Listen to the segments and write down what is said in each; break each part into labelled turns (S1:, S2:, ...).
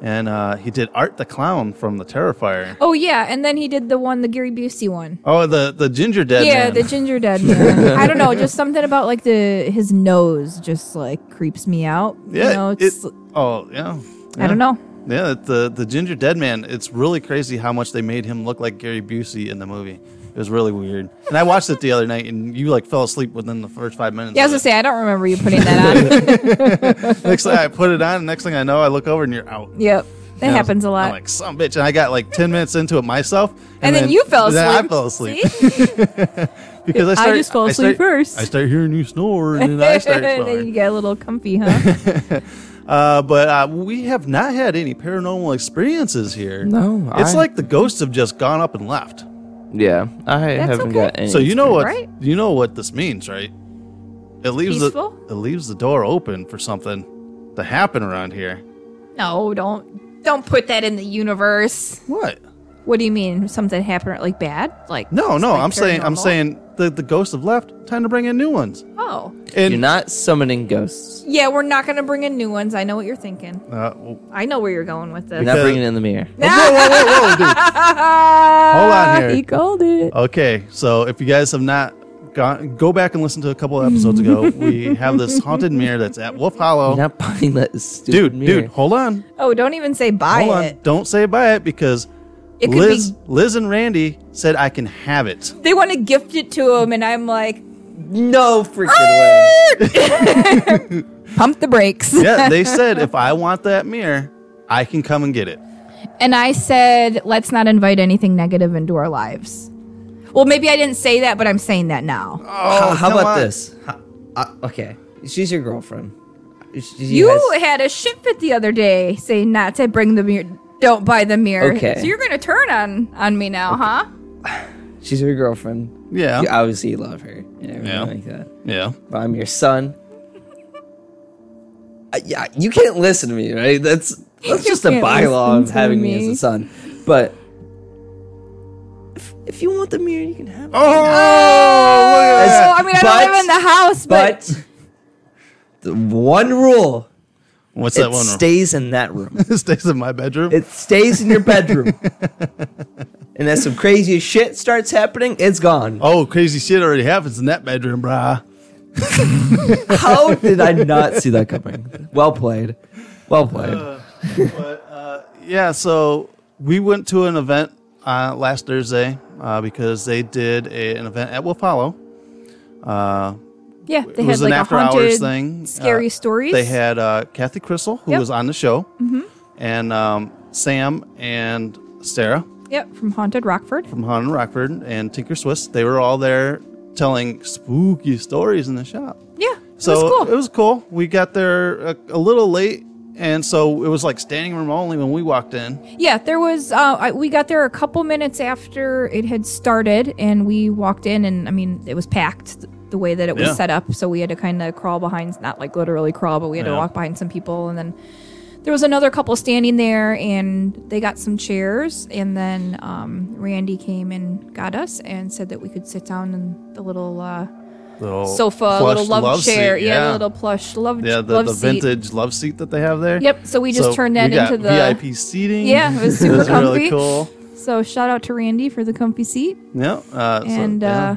S1: and uh, he did Art the Clown from The Terrifier.
S2: Oh yeah, and then he did the one, the Gary Busey one.
S1: Oh, the the ginger dead.
S2: Yeah,
S1: man.
S2: the ginger dead man. I don't know, just something about like the his nose just like creeps me out.
S1: Yeah, you know, it's, it, oh yeah, yeah,
S2: I don't know.
S3: Yeah, the the ginger dead man. It's really crazy how much they made him look like Gary Busey in the movie. It was really weird. And I watched it the other night, and you like fell asleep within the first five minutes.
S1: Yeah, I was gonna say I don't remember you putting that
S3: on. next thing I put it on, next thing I know, I look over and you're out.
S1: Yep. That
S3: And I was-
S1: happens a lot.
S3: I'm like some bitch, and I got like ten minutes into it myself,
S1: And then you fell
S3: then I
S1: asleep.
S3: fell asleep because I,
S1: I
S3: start,
S1: just fell asleep
S3: start-
S1: first.
S3: I start hearing you snore, and then I start
S1: then
S3: snoring.
S1: you get a little comfy, huh?
S3: Uh, but uh, we have not had any paranormal experiences here.
S4: No,
S3: it's
S4: I-
S3: like the ghosts have just gone up and left.
S4: Yeah, I haven't got any.
S3: So you know what
S4: experience.
S3: you know what this means, right? It leaves
S1: Peaceful?
S3: the it leaves the door open for something to happen around here.
S1: no, don't don't put that in the universe.
S3: What?
S1: What do you mean? Something happened like bad? Like
S3: No, no,
S1: like
S3: I'm saying I'm
S1: paranormal?
S3: saying the the ghosts have left. Time to bring in new ones.
S1: Oh.
S3: And
S4: You're not summoning ghosts.
S1: Yeah, we're not gonna bring in new ones. I know what you're thinking.
S3: Uh, well,
S1: I know where you're going with
S4: You're
S1: this.
S4: not bringing in the mirror.
S3: whoa, whoa, whoa, whoa, dude. Hold on here.
S1: He called it.
S3: Okay, so if you guys have not gone, go back and listen to a couple of episodes ago. we have this haunted mirror that's at Wolf Hollow.
S4: You're not buying that stupid
S3: dude,
S4: mirror.
S3: dude, hold on,
S1: Oh, don't even say buy
S3: hold
S1: it.
S3: on. Don't say buy it because
S1: It could
S3: Liz, Liz and Randy said I can have it.
S1: They want to gift it to him, and I'm like,
S4: No freaking way.
S1: pump the brakes.
S3: yeah, they said if I want that mirror, I can come and get it.
S1: And I said, let's not invite anything negative into our lives. Well, maybe I didn't say that, but I'm saying that now.
S4: how, Oh, how
S3: come
S4: about
S3: on.
S4: this? How- uh, okay, she's your girlfriend. She- she
S1: you
S4: has-
S1: had a shit fit the other day saying not to bring the mirror, don't buy the mirror.
S4: Okay.
S1: So you're going to turn on on me now, huh?
S4: she's your girlfriend.
S3: Yeah.
S4: You obviously love her and everything
S3: Yeah.
S4: like that.
S3: Yeah.
S4: But I'm your son. I, yeah, you can't listen to me, right? That's that's
S1: You
S4: just a
S1: can't
S4: bylaw
S1: listen
S4: of
S1: to
S4: having me.
S1: me.
S4: as a son. But if, if you want the mirror, you can have it.
S3: Oh, look at
S1: So,
S3: that.
S1: I mean, I
S4: But-
S1: don't live in the house, but,
S4: But the one rule
S3: What's
S4: it
S3: that one?
S4: stays in that room.
S3: it stays in my bedroom.
S4: It stays in your bedroom. and as some crazy shit starts happening, it's gone.
S3: oh, crazy shit already happens in that bedroom, brah. Oh.
S4: How did I not see that coming? Well played. Well played.
S3: Uh, Yeah, so we went to an event uh, last Thursday uh, because they did a, an event at Wolf Hollow. Uh,
S1: yeah, they
S3: it
S1: had
S3: was
S1: like
S3: an
S1: a
S3: after
S1: haunted
S3: hours thing.
S1: scary
S3: Uh,
S1: stories.
S3: They had uh, Kathy Crystal, who
S1: Yep. Mm-hmm.
S3: was on the show, and um, Sam and Sarah
S1: Yep, from Haunted Rockford.
S3: from Han and Rockford and Tinker Swiss. They were all there telling spooky stories in the shop.
S1: Yeah,
S3: So
S1: it was cool.
S3: cool. We got there a, a little late, and so it was like standing room only when we walked in.
S1: Yeah, there was. Uh, I, we got there a couple minutes after it had started, and we walked in, and I mean, it was packed th- the way that it was
S3: Yeah.
S1: set up. So we had to kind of crawl behind, not like literally crawl, but we had
S3: Yeah.
S1: to walk behind some people, and then there was another couple standing there, and they got some chairs, and then um, Randy came and got us and said that we could sit down in the little uh,
S3: Little
S1: sofa,
S3: Oh, plush
S1: little love,
S3: seat,
S1: chair, yeah. the little plush love,
S3: Yeah, the,
S1: love
S3: the
S1: seat.
S3: vintage love seat that they have there.
S1: Yep, so we just turned that
S3: we got
S1: into the-
S3: VIP seating.
S1: Yeah, it was super
S3: really
S1: comfy.
S3: cool.
S1: So shout out to Randy for the comfy seat.
S3: Yeah, uh, so-
S1: and
S3: yeah.
S1: uh,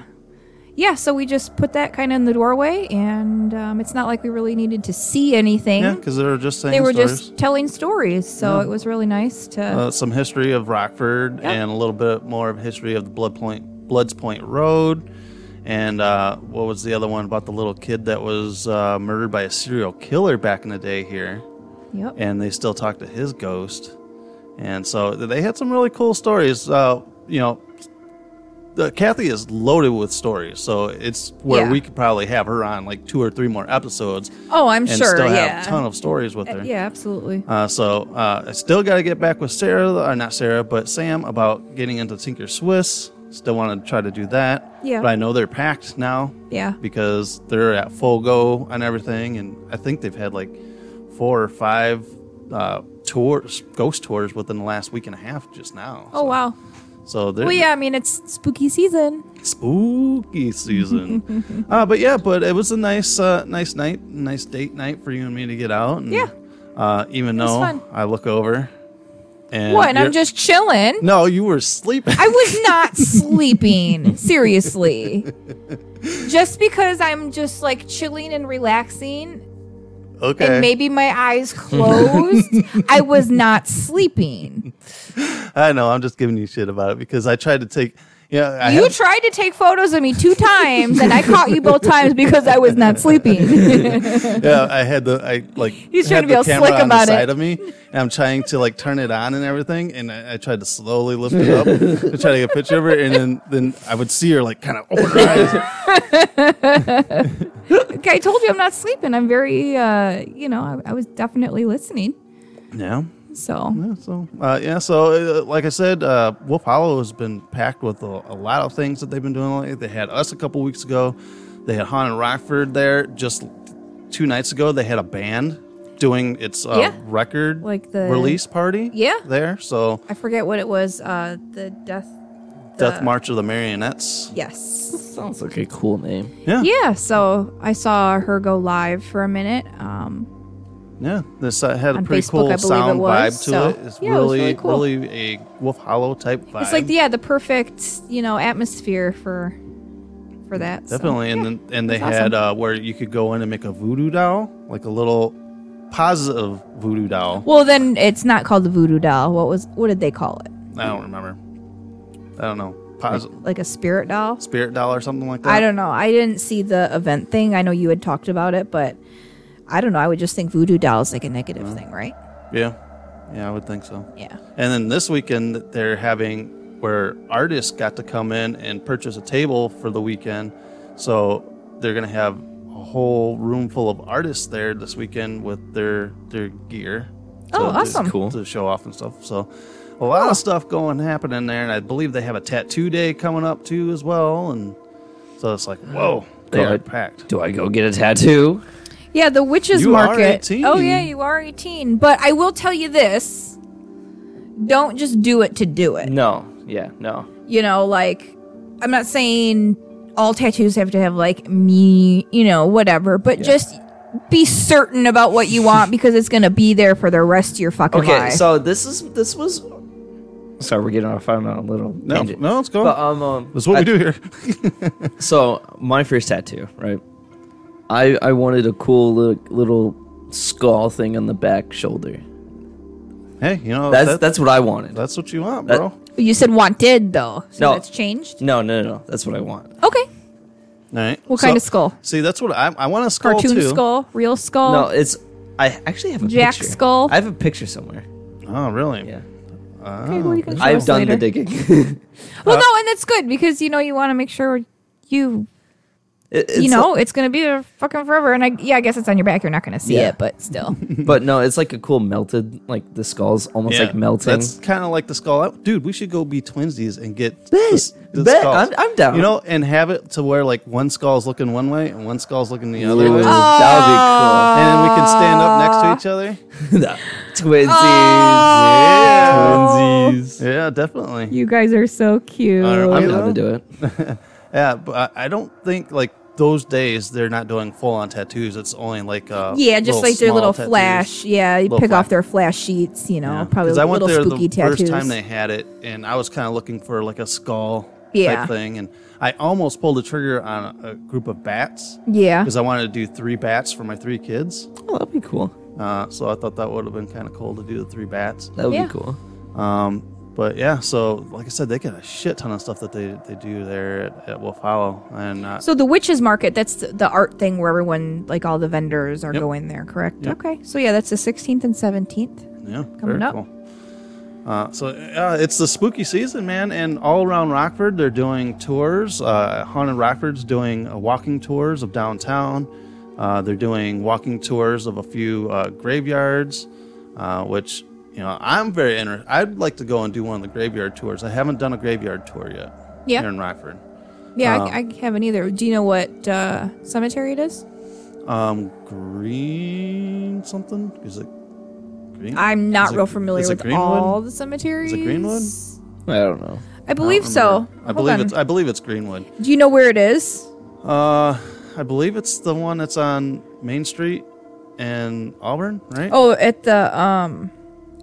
S1: yeah, so we just put that kind of in the doorway, and um, it's not like we really needed to see anything.
S3: yeah, because they were just saying
S1: they were
S3: stories.
S1: just telling stories, so
S3: Yeah.
S1: it was really nice to.
S3: uh, some history of Rockford
S1: Yeah.
S3: and a little bit more of history of the Blood Point, Bloods Point Road, and uh, what was the other one about the little kid that was uh, murdered by a serial killer back in the day here,
S1: yep.
S3: and they still talk to his ghost, and so th- they had some really cool stories. Uh, you know, the, Kathy is loaded with stories, so it's where
S1: Yeah.
S3: we could probably have her on like two or three more episodes.
S1: Oh, I'm
S3: and
S1: sure.
S3: still
S1: yeah.
S3: have a ton of stories with her.
S1: Uh, yeah, absolutely.
S3: Uh, so uh, I still got to get back with Sarah, or not Sarah, but Sam about getting into Tinker Swiss. Still want to try to do that.
S1: Yeah.
S3: But I know they're packed now
S1: Yeah.
S3: because they're at full go on everything, and I think they've had like four or five uh, tours, ghost tours within the last week and a half just now.
S1: Oh wow.
S3: So they're
S1: Well, yeah. I mean, it's spooky season.
S3: spooky season. uh, but yeah, but it was a nice, uh, nice night, nice date night for you and me to get out. And,
S1: Yeah.
S3: Uh, even
S1: was
S3: though
S1: fun.
S3: I look over, and
S1: what? And I'm
S3: you're-
S1: just chilling.
S3: no, you were sleeping.
S1: I was not sleeping. Seriously. Just because I'm just like chilling and relaxing
S3: Okay.
S1: and maybe my eyes closed. I was not sleeping.
S3: I know. I'm just giving you shit about it because I tried to take. Yeah, I
S1: you
S3: have-
S1: tried to take photos of me two times, and I caught you both times because I was not sleeping.
S3: yeah, I had the I like.
S1: He's
S3: had
S1: trying to be
S3: the
S1: all
S3: camera
S1: slick
S3: on
S1: about
S3: the
S1: it.
S3: side of me, and I'm trying to like turn it on and everything, and I, I tried to slowly lift it up to try to get a picture of her, and then then I would see her like kind of open her eyes.
S1: okay, I told you I'm not sleeping. I'm very, uh, you know, I, I was definitely listening.
S3: Yeah.
S1: So,
S3: so Uh, yeah, so uh, like I said, uh, Wolf Hollow has been packed with a, a lot of things that they've been doing lately. They had us a couple weeks ago. They had Haunted Rockford there just two nights ago. They had a band doing its uh,
S1: Yeah.
S3: record
S1: Like the-
S3: release party.
S1: Yeah.
S3: there. So
S1: I forget what it was. Uh, the death.
S3: Death March of the Marionettes.
S1: Yes.
S4: Sounds like a cool name.
S3: Yeah.
S1: Yeah. So I saw her go live for a minute. Um,
S3: Yeah, this uh, had a
S1: On
S3: pretty
S1: Facebook, I
S3: cool
S1: believe it
S3: sound
S1: was,
S3: vibe to
S1: so-
S3: it. It's
S1: yeah, it was
S3: really,
S1: really cool.
S3: really a Wolf Hollow type vibe.
S1: It's like yeah, the perfect you know atmosphere for for that. so.
S3: Definitely, and then, and they
S1: that's
S3: had uh, where you could go in and make a voodoo doll, like a little positive voodoo doll.
S1: Well, then it's not called the voodoo doll. What was what did they call it?
S3: I don't remember. I don't know, positive
S1: Like a spirit doll?
S3: spirit doll or something like that.
S1: I don't know. I didn't see the event thing. I know you had talked about it, but I don't know. I would just think voodoo doll is like a negative thing, right?
S3: Yeah, yeah, I would think so.
S1: Yeah.
S3: And then this weekend they're having where artists got to come in and purchase a table for the weekend, so they're gonna have a whole room full of artists there this weekend with their their gear.
S1: Oh,
S3: to-
S1: awesome.
S3: To, to show off and stuff. So. A lot
S4: Oh.
S3: of stuff going happening there, and I believe they have a tattoo day coming up too as well. And so it's like, whoa, they are
S4: Good.
S3: packed.
S4: Do I go get a tattoo?
S1: Yeah, the witches
S3: You are
S1: market.
S3: 18.
S1: Oh yeah, you are 18. But I will tell you this. Don't just do it to do it.
S4: No. Yeah. No.
S1: you know, like I'm not saying all tattoos have to have like me, you know, whatever, but just be certain about what you want because it's gonna be there for the rest of your fucking
S4: Okay.
S1: life.
S4: So this is this was. Sorry, we're getting off on a little.
S3: No,
S4: tangent.
S3: no, it's going.
S4: But, um, um,
S3: That's what
S4: I-
S3: we do here.
S4: so my first tattoo, right? I I wanted a cool little, little skull thing on the back shoulder.
S3: Hey, you know
S4: That's
S3: that-
S4: that's what I wanted.
S3: That's what you want,
S4: That-
S3: bro.
S1: you said wanted though, so
S4: No.
S1: that's changed.
S4: No, no, no, no. That's what I want.
S1: Okay,
S3: All right.
S1: What kind of skull?
S3: See, that's what I, I want a skull
S1: cartoon
S3: too.
S1: skull, real skull.
S4: No, it's. I actually have a
S1: Jack
S4: picture.
S1: skull?
S4: I have a picture somewhere.
S3: Oh, really?
S4: Yeah.
S3: Oh.
S1: well, you can show
S4: I've
S1: us
S4: done
S1: later.
S4: the digging.
S1: well, no, and that's good because you know you want to make sure you.
S4: It-
S1: you
S4: it's
S1: know,
S4: like-
S1: it's gonna be there fucking forever, and I yeah, I guess it's on your back. You're not gonna see
S4: Yeah.
S1: it, but still,
S4: but no, it's like a cool melted, like the skull's almost
S3: Yeah.
S4: like melting.
S3: That's kind of like the skull. Dude, we should go be twinsies and get this. the
S4: bet.
S3: skulls.
S4: I'm- I'm down.
S3: You know, and have it to where like one skull's looking one way and one skull's looking the other
S4: Ooh,
S3: way.
S4: That
S1: Oh.
S3: And then we can stand up next to each other.
S4: would be cool. The Twinsies. Twinsies.
S3: Yeah, definitely.
S1: you guys are so cute.
S3: All right,
S4: I'm
S3: we
S4: down to
S3: though?
S4: do it.
S3: Yeah, but I I don't think like those days they're not doing full on tattoos. It's only like uh,
S1: Yeah, just like their
S3: small
S1: little
S3: tattoos.
S1: flash. Yeah, you
S3: Little
S1: pick
S3: flash.
S1: off their flash sheets. You know, probably
S3: Because I went
S1: little
S3: there
S1: spooky
S3: the
S1: tattoos.
S3: first time they had it, and I was kind of looking for like a skull
S1: Yeah.
S3: type thing, and I almost pulled the trigger on a, a group of bats.
S1: Yeah.
S3: because I wanted to do three bats for my three kids.
S4: Oh, that'd be cool.
S3: Uh, so I thought that would have been kind of cool to do the three bats.
S4: That would
S1: Yeah.
S4: be cool.
S3: Um, but yeah, so like I said, they got a shit ton of stuff that they, they do there at, at Wolf Hollow, and uh,
S1: so the witches market. That's the, the art thing where everyone, like all the vendors, are
S3: Yep.
S1: going there. Correct.
S3: Yep.
S1: Okay. So yeah, that's the 16th and 17th.
S3: Yeah,
S1: Coming
S3: very
S1: up.
S3: Cool. Uh, so uh, it's the spooky season, man, and all around Rockford they're doing tours. Uh, Haunted Rockford's doing uh, walking tours of downtown. Uh, they're doing walking tours of a few uh, graveyards, uh, which you know I'm very interested. I'd like to go and do one of the graveyard tours. I haven't done a graveyard tour yet.
S1: Yeah.
S3: here in Rockford,
S1: Yeah,
S3: Uh,
S1: I, I haven't either. Do you know what uh, cemetery it is?
S3: um, green something is it? Green?
S1: I'm not
S3: Is it-
S1: real familiar
S3: is it
S1: with
S3: Greenwood?
S1: all the cemeteries.
S3: Is it Greenwood?
S4: I don't know.
S1: I believe so.
S3: I
S1: Hold
S3: believe
S1: on.
S3: it's uh, I believe it's Greenwood.
S1: Do you know where it is?
S3: Uh, I believe it's the one that's on Main Street in Auburn, right?
S1: Oh, at the um.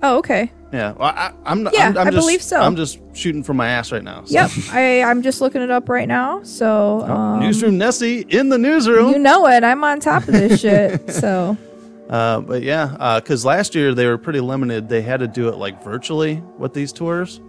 S1: Oh, okay.
S3: yeah. Well, I, I'm not.
S1: Yeah,
S3: I'm, I'm
S1: I
S3: just,
S1: believe so.
S3: I'm just shooting from my ass right now. so. Oh.
S1: Yep. I I'm just looking it up right now. So. Um,
S3: Newsroom Nessie in the newsroom.
S1: You know it. I'm on top of this shit. So
S3: Uh, but yeah, because last year they were pretty limited. They had to do it like virtually with these tours.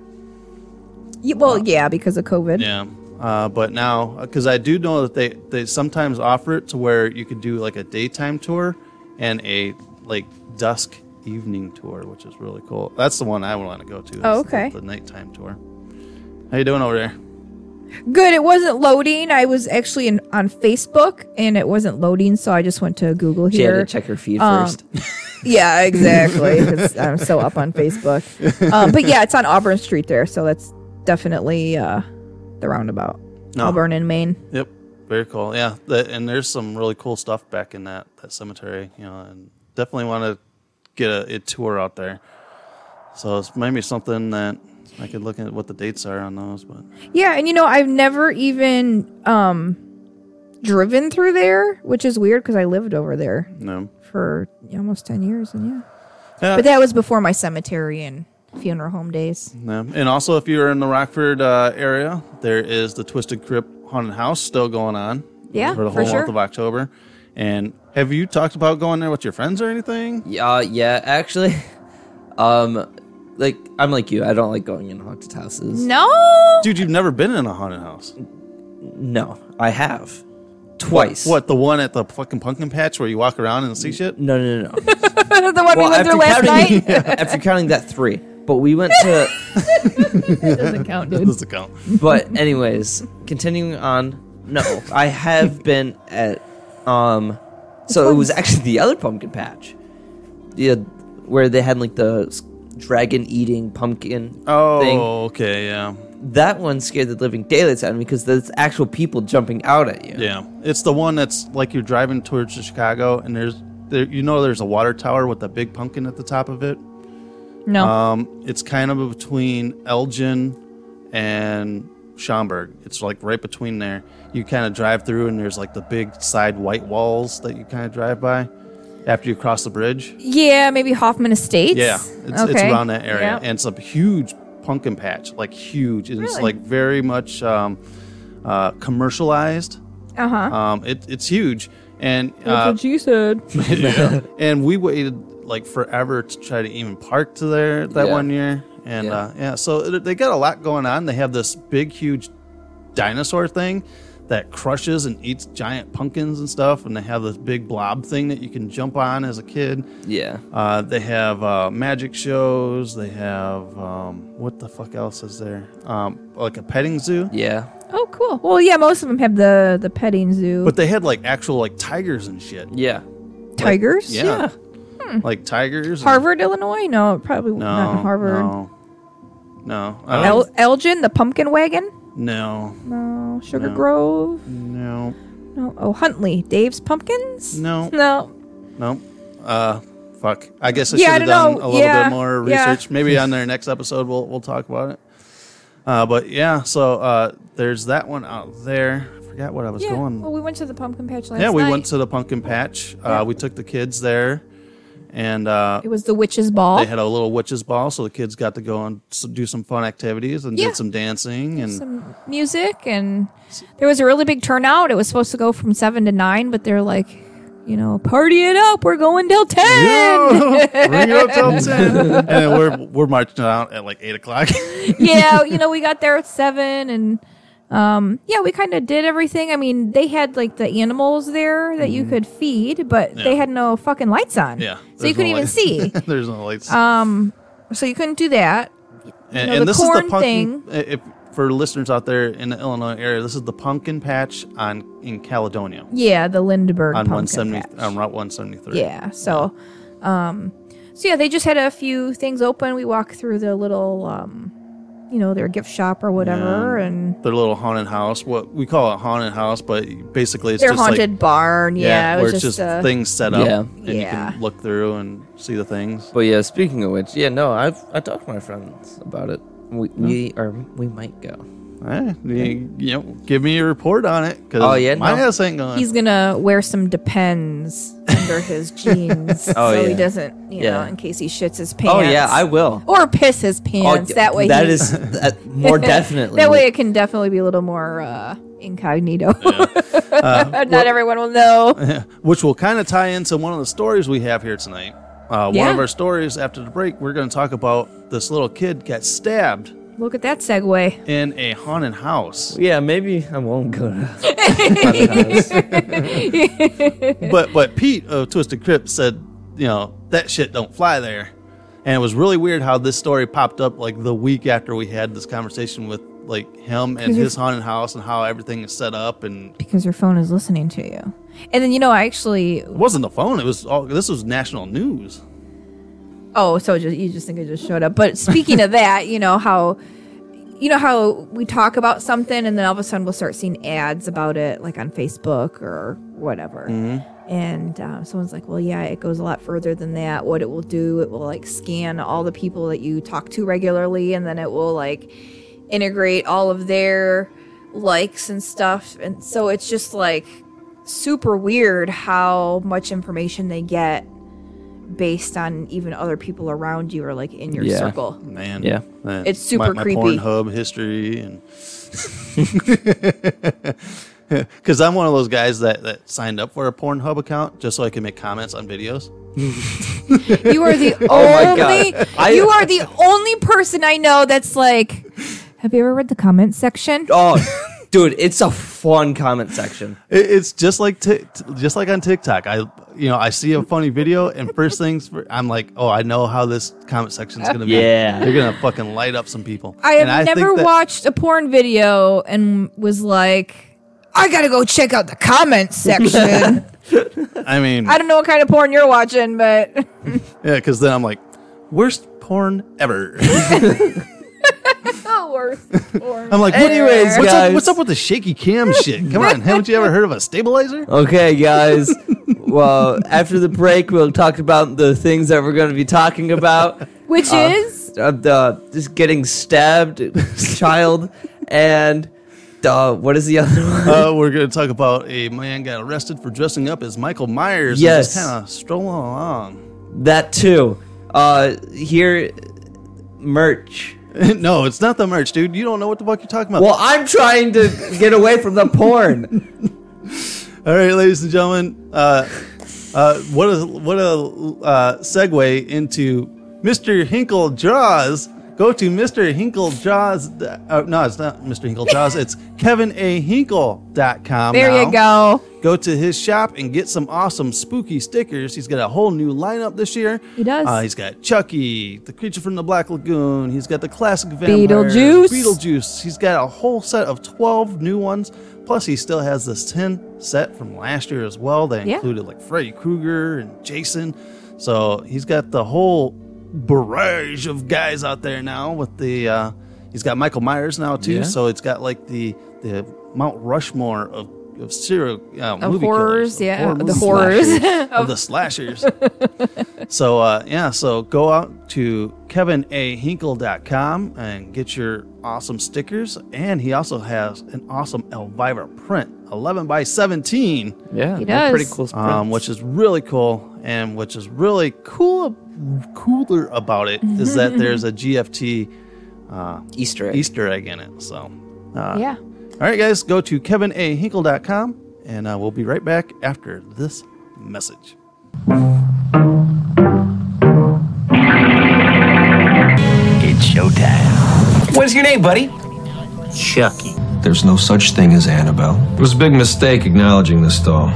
S1: Yeah, well, yeah, because of COVID.
S3: Yeah. Uh, but now, because I do know that they, they sometimes offer it to where you could do like a daytime tour and a like dusk evening tour, which is really cool. That's the one I want to go to.
S1: Oh, okay.
S3: The, the nighttime tour. How you doing over there?
S1: Good. It wasn't loading. I was actually in, on Facebook and it wasn't loading, so I just went to Google here. She
S4: had to check her feed um, first.
S1: yeah, exactly. Because I'm so up on Facebook. Um, but yeah, it's on Auburn Street there, so that's definitely uh, the roundabout.
S3: Oh.
S1: No. Auburn in Maine.
S3: Yep. Very cool. Yeah. That, and there's some really cool stuff back in that, that cemetery, you know, and definitely want to get a, a, tour out there. So it's maybe something that I could look at what the dates are on those, but
S1: yeah, and you know I've never even um, driven through there, which is weird because I lived over there
S3: no.
S1: for almost ten years, and yeah. yeah, but that was before my cemetery and funeral home days.
S3: Yeah. And also, if you're in the Rockford uh, area, there is the Twisted Crypt haunted house still going on.
S1: Yeah,
S3: for the whole
S1: for sure.
S3: month of October, and have you talked about going there with your friends or anything?
S4: Yeah, uh, yeah, actually, um, like I'm like you, I don't like going in haunted houses.
S1: No,
S3: dude, you've never been in a haunted house.
S4: No, I have twice.
S3: What, what the one at the fucking pumpkin patch where you walk around and see shit?
S4: No, no, no, no.
S1: the one well, we went through last
S4: counting,
S1: night. after
S4: counting that three, but we went
S1: to. that doesn't count, dude. That
S3: doesn't count.
S4: But anyways, continuing on. No, I have been at um so it was actually the other pumpkin patch. Yeah, where they had like the dragon eating pumpkin.
S3: Oh,
S4: thing.
S3: okay, yeah.
S4: That one scared the living daylights out of me because there's actual people jumping out at you.
S3: Yeah, it's the one that's like you're driving towards Chicago, and there's there you know there's a water tower with a big pumpkin at the top of it.
S1: No,
S3: um, it's kind of between Elgin and Schaumburg. It's like right between there. You kind of drive through, and there's like the big side white walls that you kind of drive by after you cross the bridge.
S1: Yeah, maybe Hoffman Estates.
S3: Yeah, it's, okay. it's around that area, yeah. and it's a huge pumpkin patch, like huge. And really? It's like very much um, uh, commercialized.
S1: Uh huh.
S3: Um, it, it's huge, and
S1: that's uh, what she said.
S3: yeah. and we waited like forever to try to even park to there that yeah. one year and yeah. Uh, yeah. so they got a lot going on. They have this big, huge dinosaur thing that crushes and eats giant pumpkins and stuff, and they have this big blob thing that you can jump on as a kid.
S4: Yeah,
S3: uh, they have uh, magic shows. They have um, what the fuck else is there? Um, like a petting zoo.
S4: Yeah.
S1: Oh, cool. Well, yeah, most of them have the the petting zoo,
S3: but they had like actual like tigers and shit.
S4: Yeah,
S1: tigers.
S3: Like, yeah. yeah like tigers.
S1: Harvard, and, Illinois? No, probably no, not Harvard.
S3: No, no. Uh,
S1: El- Elgin, the pumpkin wagon.
S3: No,
S1: no. Sugar no. Grove.
S3: No,
S1: no. Oh, Huntley, Dave's pumpkins.
S3: No,
S1: no,
S3: no. Uh, fuck. I guess I yeah, should have done know. a little yeah. bit more research. Yeah. Maybe on their next episode we'll we'll talk about it. Uh, but yeah, so uh, there's that one out there forgot what I was going.
S1: Well, we went to the pumpkin patch last
S3: Yeah, we
S1: night.
S3: went to the pumpkin patch. Uh, we took the kids there and uh,
S1: it was the witch's ball.
S3: They had a little witch's ball, so the kids got to go and do some fun activities and yeah. did some dancing
S1: There's
S3: and
S1: some music. And there was a really big turnout. It was supposed to go from seven to nine, but they're like, you know, party it up. We're going till ten.
S3: Yeah, bring it up till ten, and then we're we're marching out at like eight o'clock.
S1: yeah, you know, we got there at seven and. Um, yeah, we kind of did everything. I mean, they had like the animals there that mm. you could feed, but yeah. they had no fucking lights on.
S3: Mm-hmm. Yeah.
S1: So you couldn't
S3: no
S1: even see.
S3: there's no lights.
S1: Um, so you couldn't do that.
S3: And, you know, and this is the pumpkin, thing. If, for listeners out there in the Illinois area, this is the pumpkin patch on in Caledonia.
S1: Yeah, the Lindbergh
S3: on oh,
S1: one
S3: seventy on Route one seventy three.
S1: Yeah. So, um, so yeah, they just had a few things open. We walked through the little um, you know their gift shop or whatever yeah, and
S3: their little haunted house what we call it haunted house but basically it's
S1: their
S3: just
S1: haunted
S3: like,
S1: barn yeah,
S3: yeah where it's just,
S1: a,
S3: things set up
S4: yeah.
S3: and you can look through and see the things
S4: but yeah speaking of which yeah no i've i talked to my friends about it we,
S3: Hmm?
S4: no. we are we might go
S3: Right, you, you know, give me a report on it because oh, yeah, my no. ass ain't going.
S1: He's gonna wear some depends under his jeans, oh, so yeah. he doesn't, you yeah. know, in case he shits his pants.
S4: Oh yeah, I will.
S1: Or piss his pants.
S4: Oh,
S1: that way,
S4: that is that more definitely.
S1: that way, it can definitely be a little more uh, incognito.
S3: yeah. Uh,
S1: Not everyone will know.
S3: which will kind of tie into one of the stories we have here tonight. Uh, One
S1: Yeah.
S3: of our stories after the break, we're going to talk about this little kid got stabbed
S1: Look at that segue.
S3: in a haunted house.
S4: Yeah, maybe I won't go to.
S3: But but Pete of Twisted Crypt said, you know, that shit don't fly there. And it was really weird how this story popped up like the week after we had this conversation with like him and his haunted house and how everything is set up and
S1: Because your phone is listening to you. And then, you know, I actually.
S3: it wasn't the phone, it was all this was national news.
S1: Oh, so just, you just think it just showed up. But speaking of that, you know how. You know how we talk about something and then all of a sudden we'll start seeing ads about it, like on Facebook or whatever. And um, someone's like, well, yeah, it goes a lot further than that. What it will do, it will like scan all the people that you talk to regularly, and then it will like integrate all of their likes and stuff. And so it's just like super weird how much information they get based on even other people around you or like in your
S3: Yeah.
S1: circle.
S3: Man.
S4: Yeah.
S3: that-
S1: It's super
S3: my, my
S1: creepy.
S3: Pornhub history and because I'm one of those guys that, that signed up for a Pornhub account just so I can make comments on videos.
S1: You are the only
S3: Oh my God. I-
S1: you are the only person I know that's like have you ever read the comment section?
S4: Oh, dude, it's a fun comment section.
S3: It, it's just like t- just like on TikTok. I you know I see a funny video and first things fir- I'm like, oh, I know how this comment section's gonna be.
S4: Yeah.
S3: they're gonna fucking light up some people.
S1: I
S3: And
S1: have
S3: think
S1: never
S3: that-
S1: watched a porn video and was like, I gotta go check out the comment section.
S3: I mean,
S1: I don't know what kind of porn you're watching, but
S3: yeah, because then I'm like, worst porn ever.
S1: oh, worse porn.
S3: I'm like, what-
S4: Anyways,
S3: what's up,
S4: guys.
S3: what's up with the shaky cam shit? Come on, haven't you ever heard of a stabilizer?
S4: Okay, guys. well, after the break, we'll talk about the things that we're going to be talking about,
S1: Which
S4: Uh,
S1: is
S4: uh, the just getting stabbed child, and uh, what is the other one?
S3: Uh, we're going to talk about a man got arrested for dressing up as Michael Myers.
S4: Yes.
S3: and just kind of strolling along.
S4: That too. Uh, here, merch.
S3: no, it's not the merch, dude. You don't know what the fuck you're talking about.
S4: Well, I'm trying to get away from the porn.
S3: All right, ladies and gentlemen, uh, uh, what a what a uh, segue into Mr. Hinkle Jaws. Go to Mr. Hinkle Jaws. Uh, no, it's not Mr. Hinkle Jaws. It's KevinAHinkle.com.
S1: There you
S3: now.
S1: go.
S3: Go to his shop and get some awesome spooky stickers. He's got a whole new lineup this year.
S1: He does.
S3: Uh, he's got Chucky, the creature from the Black Lagoon. He's got the classic vampires,
S1: Beetlejuice.
S3: Beetlejuice. He's got a whole set of 12 new ones. Plus, he still has this 10 set from last year as well. They
S1: Yeah.
S3: included like Freddy Krueger and Jason. So he's got the whole barrage of guys out there now with the. Uh, he's got Michael Myers now too.
S4: Yeah.
S3: So it's got like the the Mount Rushmore of. Of serial uh,
S1: Of
S3: movie
S1: horrors,
S3: killers,
S1: yeah,
S3: horror
S1: the
S3: movie
S1: horrors.
S3: slashers,
S1: Of-
S3: of the slashers. So uh, yeah, so go out to kevinahinkle.com and get your awesome stickers. And he also has an awesome Elvira print, eleven by seventeen,
S4: Yeah,
S1: He they're pretty does. cool
S3: um, which is really cool. And which is really cool, cooler about it is that
S1: Mm-hmm.
S3: there's a GFT uh,
S4: Easter egg.
S3: Easter egg in it. So uh,
S1: yeah.
S3: all right, guys, go to kevinahinkle.com, and uh, we'll be right back after this message.
S5: It's showtime.
S6: What's your name, buddy?
S5: Chucky.
S7: There's no such thing as Annabelle. It was a big mistake acknowledging this doll.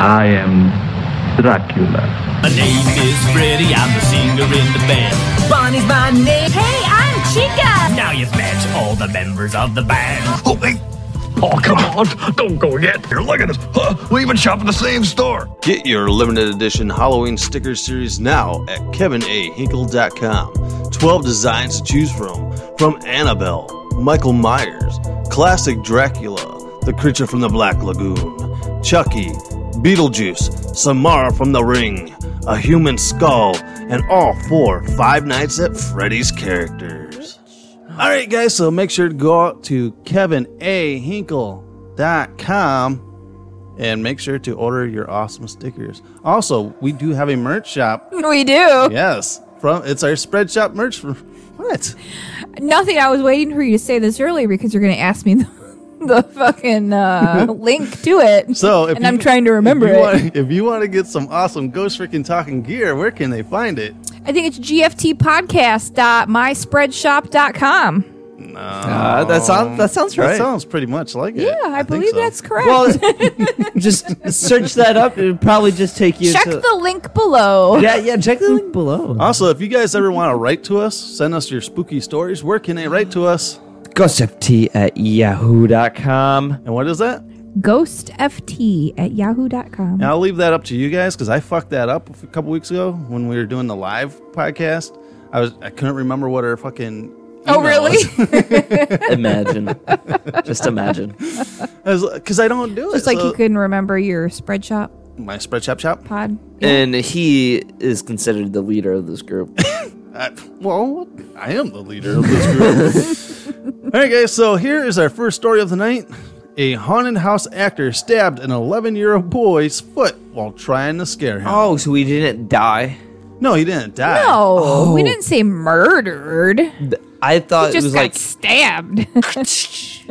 S8: I am Dracula.
S9: My name is Freddy, I'm the singer in the band. Bonnie's my name. Hey, I'm Chica. Now you've met all the members of the band. Oh, hey.
S10: Oh, come on. Don't go yet. Here, look at us. Huh? We even shop at the same store.
S3: Get your limited edition Halloween sticker series now at kevinahinkle.com. 12 designs to choose from from Annabelle, Michael Myers, Classic Dracula, The Creature from the Black Lagoon, Chucky, Beetlejuice, Samara from the Ring, A Human Skull, and all four Five Nights at Freddy's characters. All right, guys. So make sure to go out to kevinahinkle.com and make sure to order your awesome stickers. Also, we do have a merch shop.
S1: We do.
S3: Yes. From it's our spread shop merch. For, what?
S1: Nothing. I was waiting for you to say this earlier because you're going to ask me the, the fucking uh, link to it.
S3: So,
S1: and I'm trying to remember
S3: if you
S1: it.
S3: Want, if you want to get some awesome ghost freaking talking gear, where can they find it?
S1: I think it's gftpodcast.myspreadshop.com.
S3: No,
S4: Uh, that sounds- that sounds right.
S3: That sounds pretty much like it.
S1: Yeah, I,
S3: think
S1: believe
S3: so.
S1: that's correct.
S4: just search that up. It'll probably just take you
S1: Check
S4: to.
S1: the link below.
S4: yeah, yeah. Check the link below.
S3: Also, if you guys ever want to write to us, send us your spooky stories. Where can they write to us?
S4: GhostFT at yahoo.com.
S3: And what is that?
S1: GhostFT at yahoo.com.
S3: And I'll leave that up to you guys because I fucked that up a couple weeks ago when we were doing the live podcast. I was I couldn't remember what our fucking.
S1: Oh,
S3: email
S1: really?
S3: was.
S4: Imagine. Just imagine.
S3: Because I don't do it.
S1: Just like
S3: so-
S1: you couldn't remember your spread shop
S3: my spread shop shop.
S1: pod.
S4: And he is considered the leader of this group.
S3: I, well, I am the leader of this group. All right, guys. So here is our first story of the night. A haunted house actor stabbed an 11 year old boy's foot while trying to scare him.
S4: Oh, so he didn't die?
S3: No, he didn't die.
S1: No, Oh, we didn't say murdered.
S4: I thought
S1: He
S4: it
S1: just
S4: was
S1: got
S4: like
S1: stabbed.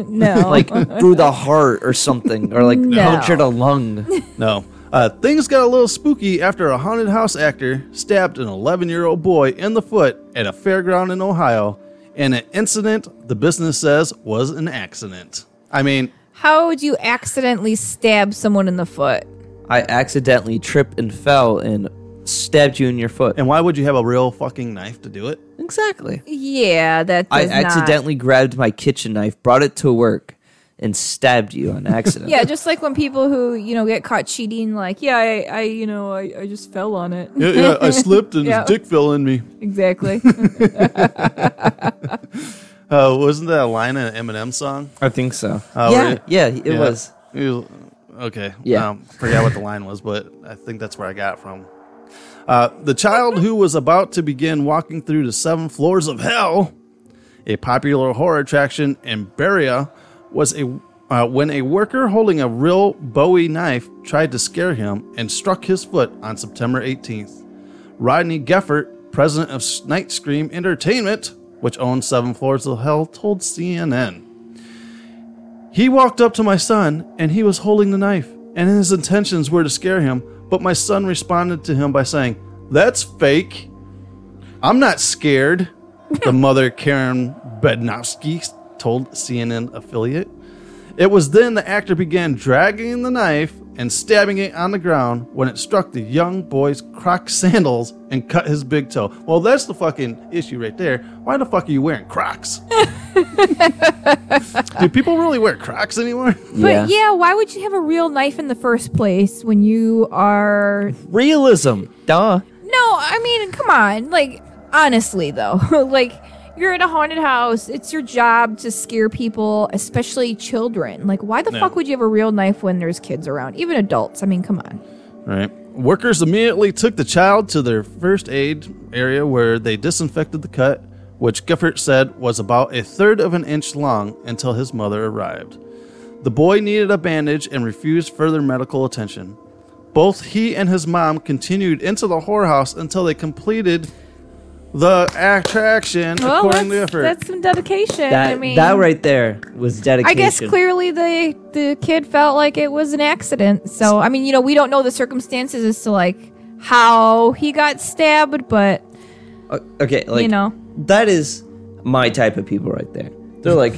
S1: no,
S4: like through the heart or something, or like
S1: No.
S4: punctured a lung.
S3: No. Uh, things got a little spooky after a haunted house actor stabbed an 11 year old boy in the foot at a fairground in Ohio in an incident the business says was an accident. I mean,
S1: How would you accidentally stab someone in the foot?
S4: I accidentally tripped and fell and stabbed you in your foot.
S3: And why would you have a real fucking knife to do it?
S4: Exactly.
S1: Yeah, that
S4: I
S1: does not-
S4: accidentally grabbed my kitchen knife, brought it to work, and stabbed you on accident.
S1: Yeah, just like when people who you know get caught cheating, like yeah, I, I you know, I, I just fell on it.
S3: Yeah, yeah, I slipped and
S1: Yeah,
S3: his dick fell in me.
S1: Exactly.
S3: Uh, wasn't that a line in an Eminem song?
S4: I think so. yeah,
S3: Uh, where-
S4: yeah, it was.
S3: It was- Okay.
S4: Yeah.
S3: Um, forgot what the line was, but I think that's where I got it from. Uh, the child who was about to begin walking through the seven floors of hell, a popular horror attraction in Beria, was a uh, when a worker holding a real Bowie knife tried to scare him and struck his foot on September 18th. Rodney Geffert, president of S- Night Scream Entertainment, which owns Seven Floors of Hell, told CNN. He walked up to my son and he was holding the knife, and his intentions were to scare him, but my son responded to him by saying, That's fake. I'm not scared, the mother Karen Bednowski told CNN affiliate. It was then the actor began dragging the knife and stabbing it on the ground when it struck the young boy's croc sandals and cut his big toe. Well, that's the fucking issue right there. Why the fuck are you wearing crocs? Do people really wear crocs anymore?
S1: But yeah, why would you have a real knife in the first place when you are?
S4: Realism. Duh.
S1: No, I mean, come on. Like honestly, though, like you're in a haunted house. It's your job to scare people, especially children. Like, why the
S3: Yeah.
S1: fuck would you have a real knife when there's kids around? Even adults. I mean, come on.
S3: Right. Workers immediately took the child to their first aid area where they disinfected the cut, which Gifford said was about a third of an inch long until his mother arrived. The boy needed a bandage and refused further medical attention. Both he and his mom continued into the whorehouse until they completed the attraction,
S1: Well,
S3: according to
S1: that's,
S3: Gifford.
S1: that's some dedication.
S4: That,
S1: I mean,
S4: that right there was dedication.
S1: I guess clearly the the kid felt like it was an accident. So I mean, you know, we don't know the circumstances as to like how he got stabbed, but
S4: O- Okay, like
S1: you know,
S4: that is my type of people right there. They're like,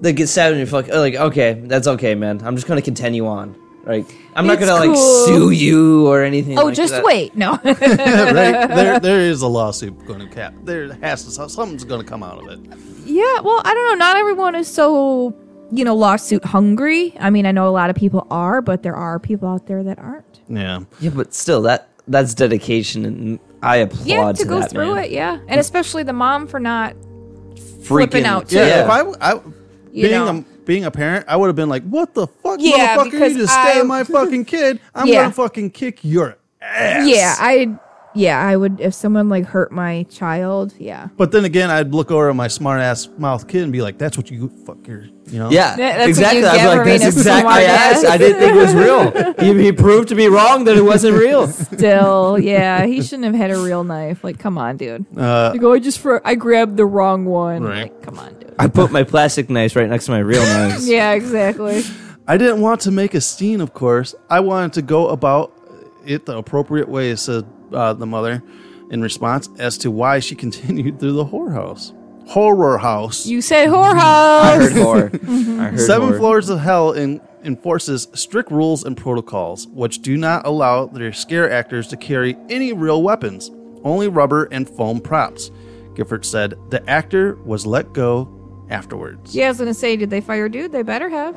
S4: they get sad and you're like, oh, like, okay, that's okay, man. I'm just gonna continue on. Like, I'm not
S1: It's
S4: gonna
S1: cool.
S4: like sue you or anything.
S1: oh,
S4: like
S1: just
S4: that.
S1: wait, no.
S3: right? There, there is a lawsuit going to cap. There has to something's going to come out of it.
S1: Yeah, well, I don't know. Not everyone is so you know lawsuit hungry. I mean, I know a lot of people are, but there are people out there that aren't.
S3: Yeah.
S4: Yeah, but still, that that's dedication, and I applaud
S1: Yeah, to go
S4: that,
S1: through
S4: man.
S1: it. Yeah, and especially the mom for not
S4: Freaking-
S1: flipping out too.
S3: Yeah, if I, I
S1: You
S3: being
S1: know.
S3: a being a parent, I would have been like, "What the fuck,
S1: Yeah,
S3: motherfucker!
S1: because
S3: You just
S1: I-
S3: stabbed my fucking kid. I'm
S1: Yeah.
S3: gonna fucking kick your ass."
S1: Yeah, I yeah, I would if someone like hurt my child. Yeah.
S3: But then again, I'd look over at my smart ass mouth kid and be like, "That's what you fuck your, you know."
S4: Yeah,
S1: That- that's what
S4: exactly.
S1: you
S4: I was
S1: get
S4: like,
S1: for
S4: that's
S1: being a
S4: exactly.
S1: smart
S4: I
S1: ass.
S4: asked. I didn't think it was real. He, he proved to be wrong that it wasn't real.
S1: Still, yeah, he shouldn't have had a real knife. Like, come on, dude.
S4: Uh,
S1: like, oh, I just for I grabbed the wrong one. Like, come on, dude.
S4: I put my plastic knife right next to my real knives.
S1: Yeah, exactly.
S3: I didn't want to make a scene, of course. I wanted to go about it the appropriate way, said uh, the mother in response as to why she continued through the whorehouse. Horror house.
S1: You said whorehouse.
S4: I heard horror. I heard
S3: Seven
S4: horror.
S3: Floors of Hell in, enforces strict rules and protocols, which do not allow their scare actors to carry any real weapons, only rubber and foam props. Gifford said the actor was let go afterwards.
S1: Yeah, I was gonna say, did they fire dude? They better have.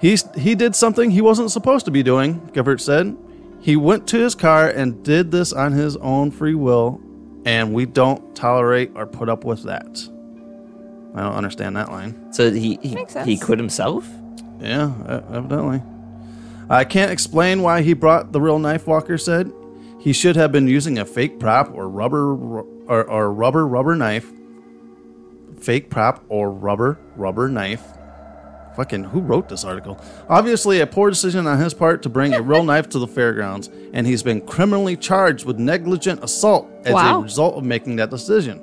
S3: He, he did something he wasn't supposed to be doing, Gifford said. He went to his car and did this on his own free will, and we don't tolerate or put up with that. I don't understand that line.
S4: So he he,
S3: Makes sense.
S4: he quit himself.
S3: Yeah, e- evidently. I can't explain why he brought the real knife, Walker said. He should have been using a fake prop or rubber ru- or, or rubber rubber knife. Fake prop or rubber rubber knife. Fucking who wrote this article? Obviously, a poor decision on his part to bring a real knife to the fairgrounds, and he's been criminally charged with negligent assault as
S6: Wow.
S3: a result of making that decision.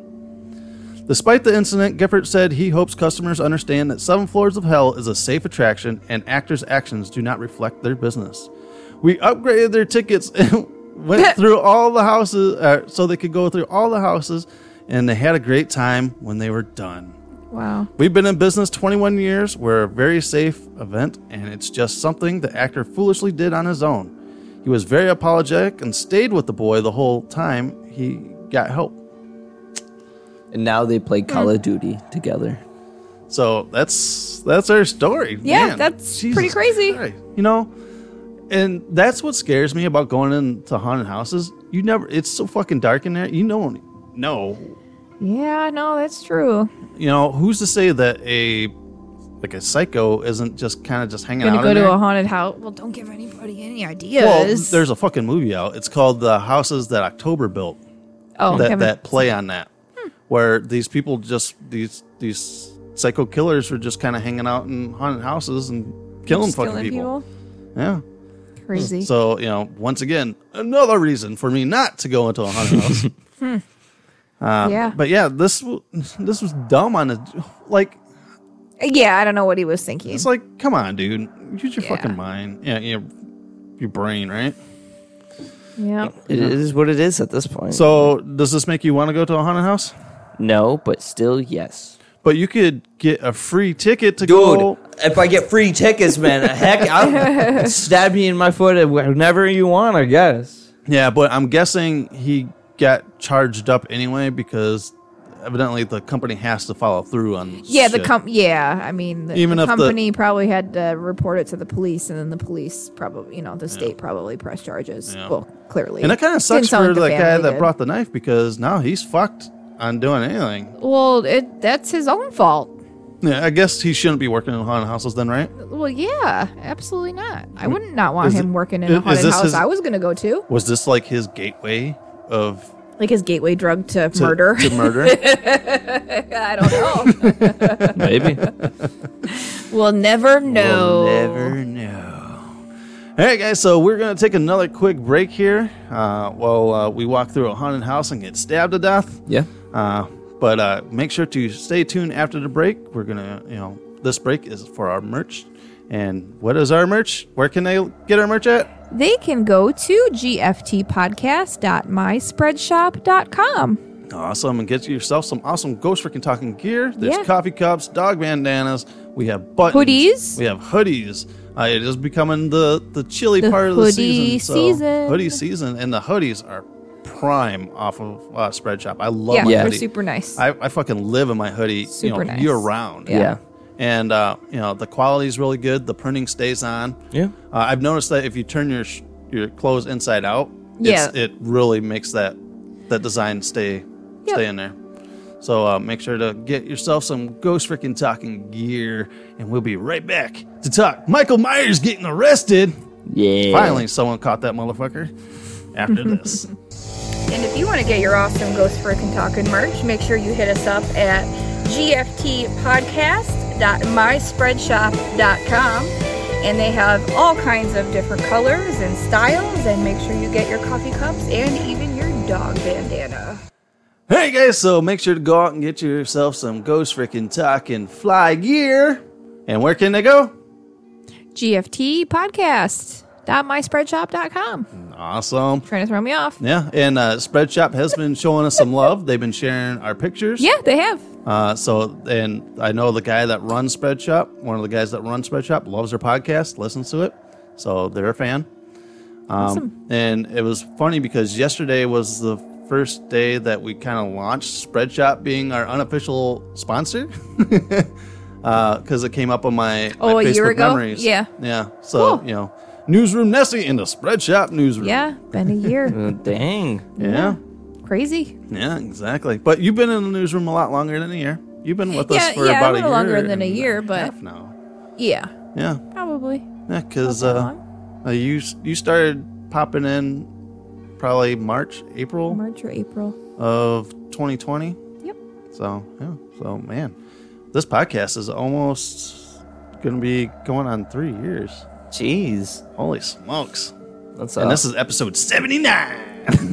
S3: Despite the incident, Gifford said he hopes customers understand that Seven Floors of Hell is a safe attraction and actors' actions do not reflect their business. We upgraded their tickets and went through all the houses uh, so they could go through all the houses, and they had a great time when they were done.
S1: Wow.
S3: We've been in business 21 years. We're a very safe event, and it's just something the actor foolishly did on his own. He was very apologetic and stayed with the boy the whole time he got help.
S4: And now they play Call
S1: Mm.
S4: of Duty together.
S3: So that's that's our story.
S1: Yeah,
S3: Man,
S1: that's
S3: Jesus
S1: pretty crazy.
S3: Christ. You know, and that's what scares me about going into haunted houses. You never. It's so fucking dark in there. You don't know.
S1: Yeah, no, that's true.
S3: You know who's to say that a like a psycho isn't just kind of just hanging
S1: gonna
S3: out.
S1: go
S3: in
S1: to
S3: there?
S1: a haunted house. Well, don't give anybody any
S3: Well,
S1: ideas.
S3: there's a fucking movie out. It's called The Houses That October Built.
S1: Oh,
S3: that,
S1: haven't-
S3: that play on that, where these people just these these psycho killers were just kind of hanging out in haunted houses and killing
S1: Just
S3: fucking people. Hmm. Yeah,
S1: Crazy.
S3: So you know, once again, another reason for me not to go into a haunted house.
S1: Hmm.
S3: Uh,
S1: Yeah.
S3: but yeah, this w- this was dumb on a like.
S1: Yeah, I don't know what he was thinking.
S3: It's like, come on, dude, use your fucking mind. Yeah, your your brain, right?
S1: yeah.
S4: It is what it is at this point.
S3: So, does this make you want to go to a haunted house?
S4: No, but still, yes.
S3: But you could get a free ticket to
S4: Dude,
S3: go.
S4: if I get free tickets, man, heck, I'll stab me in my foot whenever you want. I guess.
S3: Yeah, but I'm guessing he got charged up anyway because evidently the company has to follow through on.
S1: Yeah, the
S3: shit.
S1: com. Yeah, I mean, the,
S3: Even
S1: the
S3: if the-
S1: company probably had to report it to the police, and then the police probably, you know, the state probably pressed charges.
S3: Yeah.
S1: Well, clearly,
S3: And that kind of
S1: Didn't
S3: sucks
S1: sound
S3: for
S1: like
S3: the, guy
S1: family
S3: that
S1: did.
S3: brought the knife because now he's fucked on doing anything.
S1: Well, it that's his own fault.
S3: Yeah, I guess he shouldn't be working in haunted houses then, right?
S1: Well, yeah, absolutely not. I wouldn't not
S3: Is
S1: want him
S3: it-
S1: working in
S3: is-
S1: a
S3: is
S1: haunted
S3: this
S1: house.
S3: his-
S1: I was gonna go to
S3: Was this like his gateway of
S1: like his gateway drug to,
S3: To-
S1: murder.
S3: to murder?
S1: I don't know.
S4: Maybe.
S1: we'll never know.
S3: never know. Oh. All right, guys. So we're gonna take another quick break here. Uh, while uh, we walk through a haunted house and get stabbed to death.
S4: Yeah.
S3: Uh, but uh, make sure to stay tuned after the break. We're gonna, you know, this break is for our merch. And what is our merch? Where can they get our merch at?
S1: They can go to gftpodcast.myspreadshop.com.
S3: Awesome, and get yourself some awesome ghost freaking talking gear. There's
S1: Yeah.
S3: coffee cups, dog bandanas. We have buttons.
S1: Hoodies.
S3: We have hoodies. Uh, it is becoming the the chilly
S1: The
S3: part of the
S1: hoodie
S3: season, so
S1: season.
S3: Hoodie season, and the hoodies are prime off of uh, Spread Shop. I love
S1: Yeah,
S3: my
S1: they're
S3: hoodie.
S1: super nice.
S3: I, I fucking live in my hoodie you know,
S1: Super nice.
S3: year round.
S1: Yeah. Yeah.
S3: And uh, you know the quality is really good. The printing stays on.
S4: Yeah.
S3: Uh, I've noticed that if you turn your sh- your clothes inside out, it's,
S1: Yeah.
S3: it really makes that that design stay
S1: Yep.
S3: stay in there. So uh, make sure to get yourself some ghost freaking talking gear, and we'll be right back to talk. Michael Myers getting arrested.
S4: Yeah.
S3: Finally, someone caught that motherfucker. After this.
S11: And if you want to get your awesome Ghost Frickin' Talkin' merch, make sure you hit us up at gftpodcast.myspreadshop.com. And they have all kinds of different colors and styles. And make sure you get your coffee cups and even your dog bandana.
S3: Hey guys, so make sure to go out and get yourself some Ghost Frickin' Talkin' fly gear. And where can they go?
S1: GFT podcast. Dot myspreadshop.com.
S3: Awesome.
S1: Trying to throw me off.
S3: Yeah, and uh, Spreadshop has been showing us some love. They've been sharing our pictures.
S1: Yeah, they have.
S3: Uh, so, and I know the guy that runs Spreadshop, one of the guys that runs Spreadshop, loves our podcast, listens to it. So they're a fan. Um,
S1: Awesome.
S3: And it was funny because yesterday was the first day that we kind of launched Spreadshop being our unofficial sponsor. Because it came up on my,
S1: Oh,
S3: my
S1: a year
S3: Facebook
S1: ago?
S3: memories.
S1: Yeah.
S3: Yeah. So,
S1: Cool.
S3: you know, Newsroom Nessie in the Spreadshop Newsroom.
S1: Yeah, been a year.
S3: dang. yeah.
S1: Crazy.
S3: Yeah, exactly. But you've been in the newsroom a lot longer than a year. You've been with us
S1: Yeah,
S3: for
S1: yeah,
S3: about
S1: a
S3: a
S1: little
S3: year.
S1: longer than a
S3: and-
S1: year, but yeah,
S3: Yeah,
S1: probably.
S3: yeah, because uh, uh, you s- you started popping in probably March, April,
S1: March or April.
S3: of 2020.
S1: Yep.
S3: So yeah, so man, this podcast is almost going to be going on three years. Jeez, holy smokes! That's uh, and
S4: up.
S3: this is episode 79.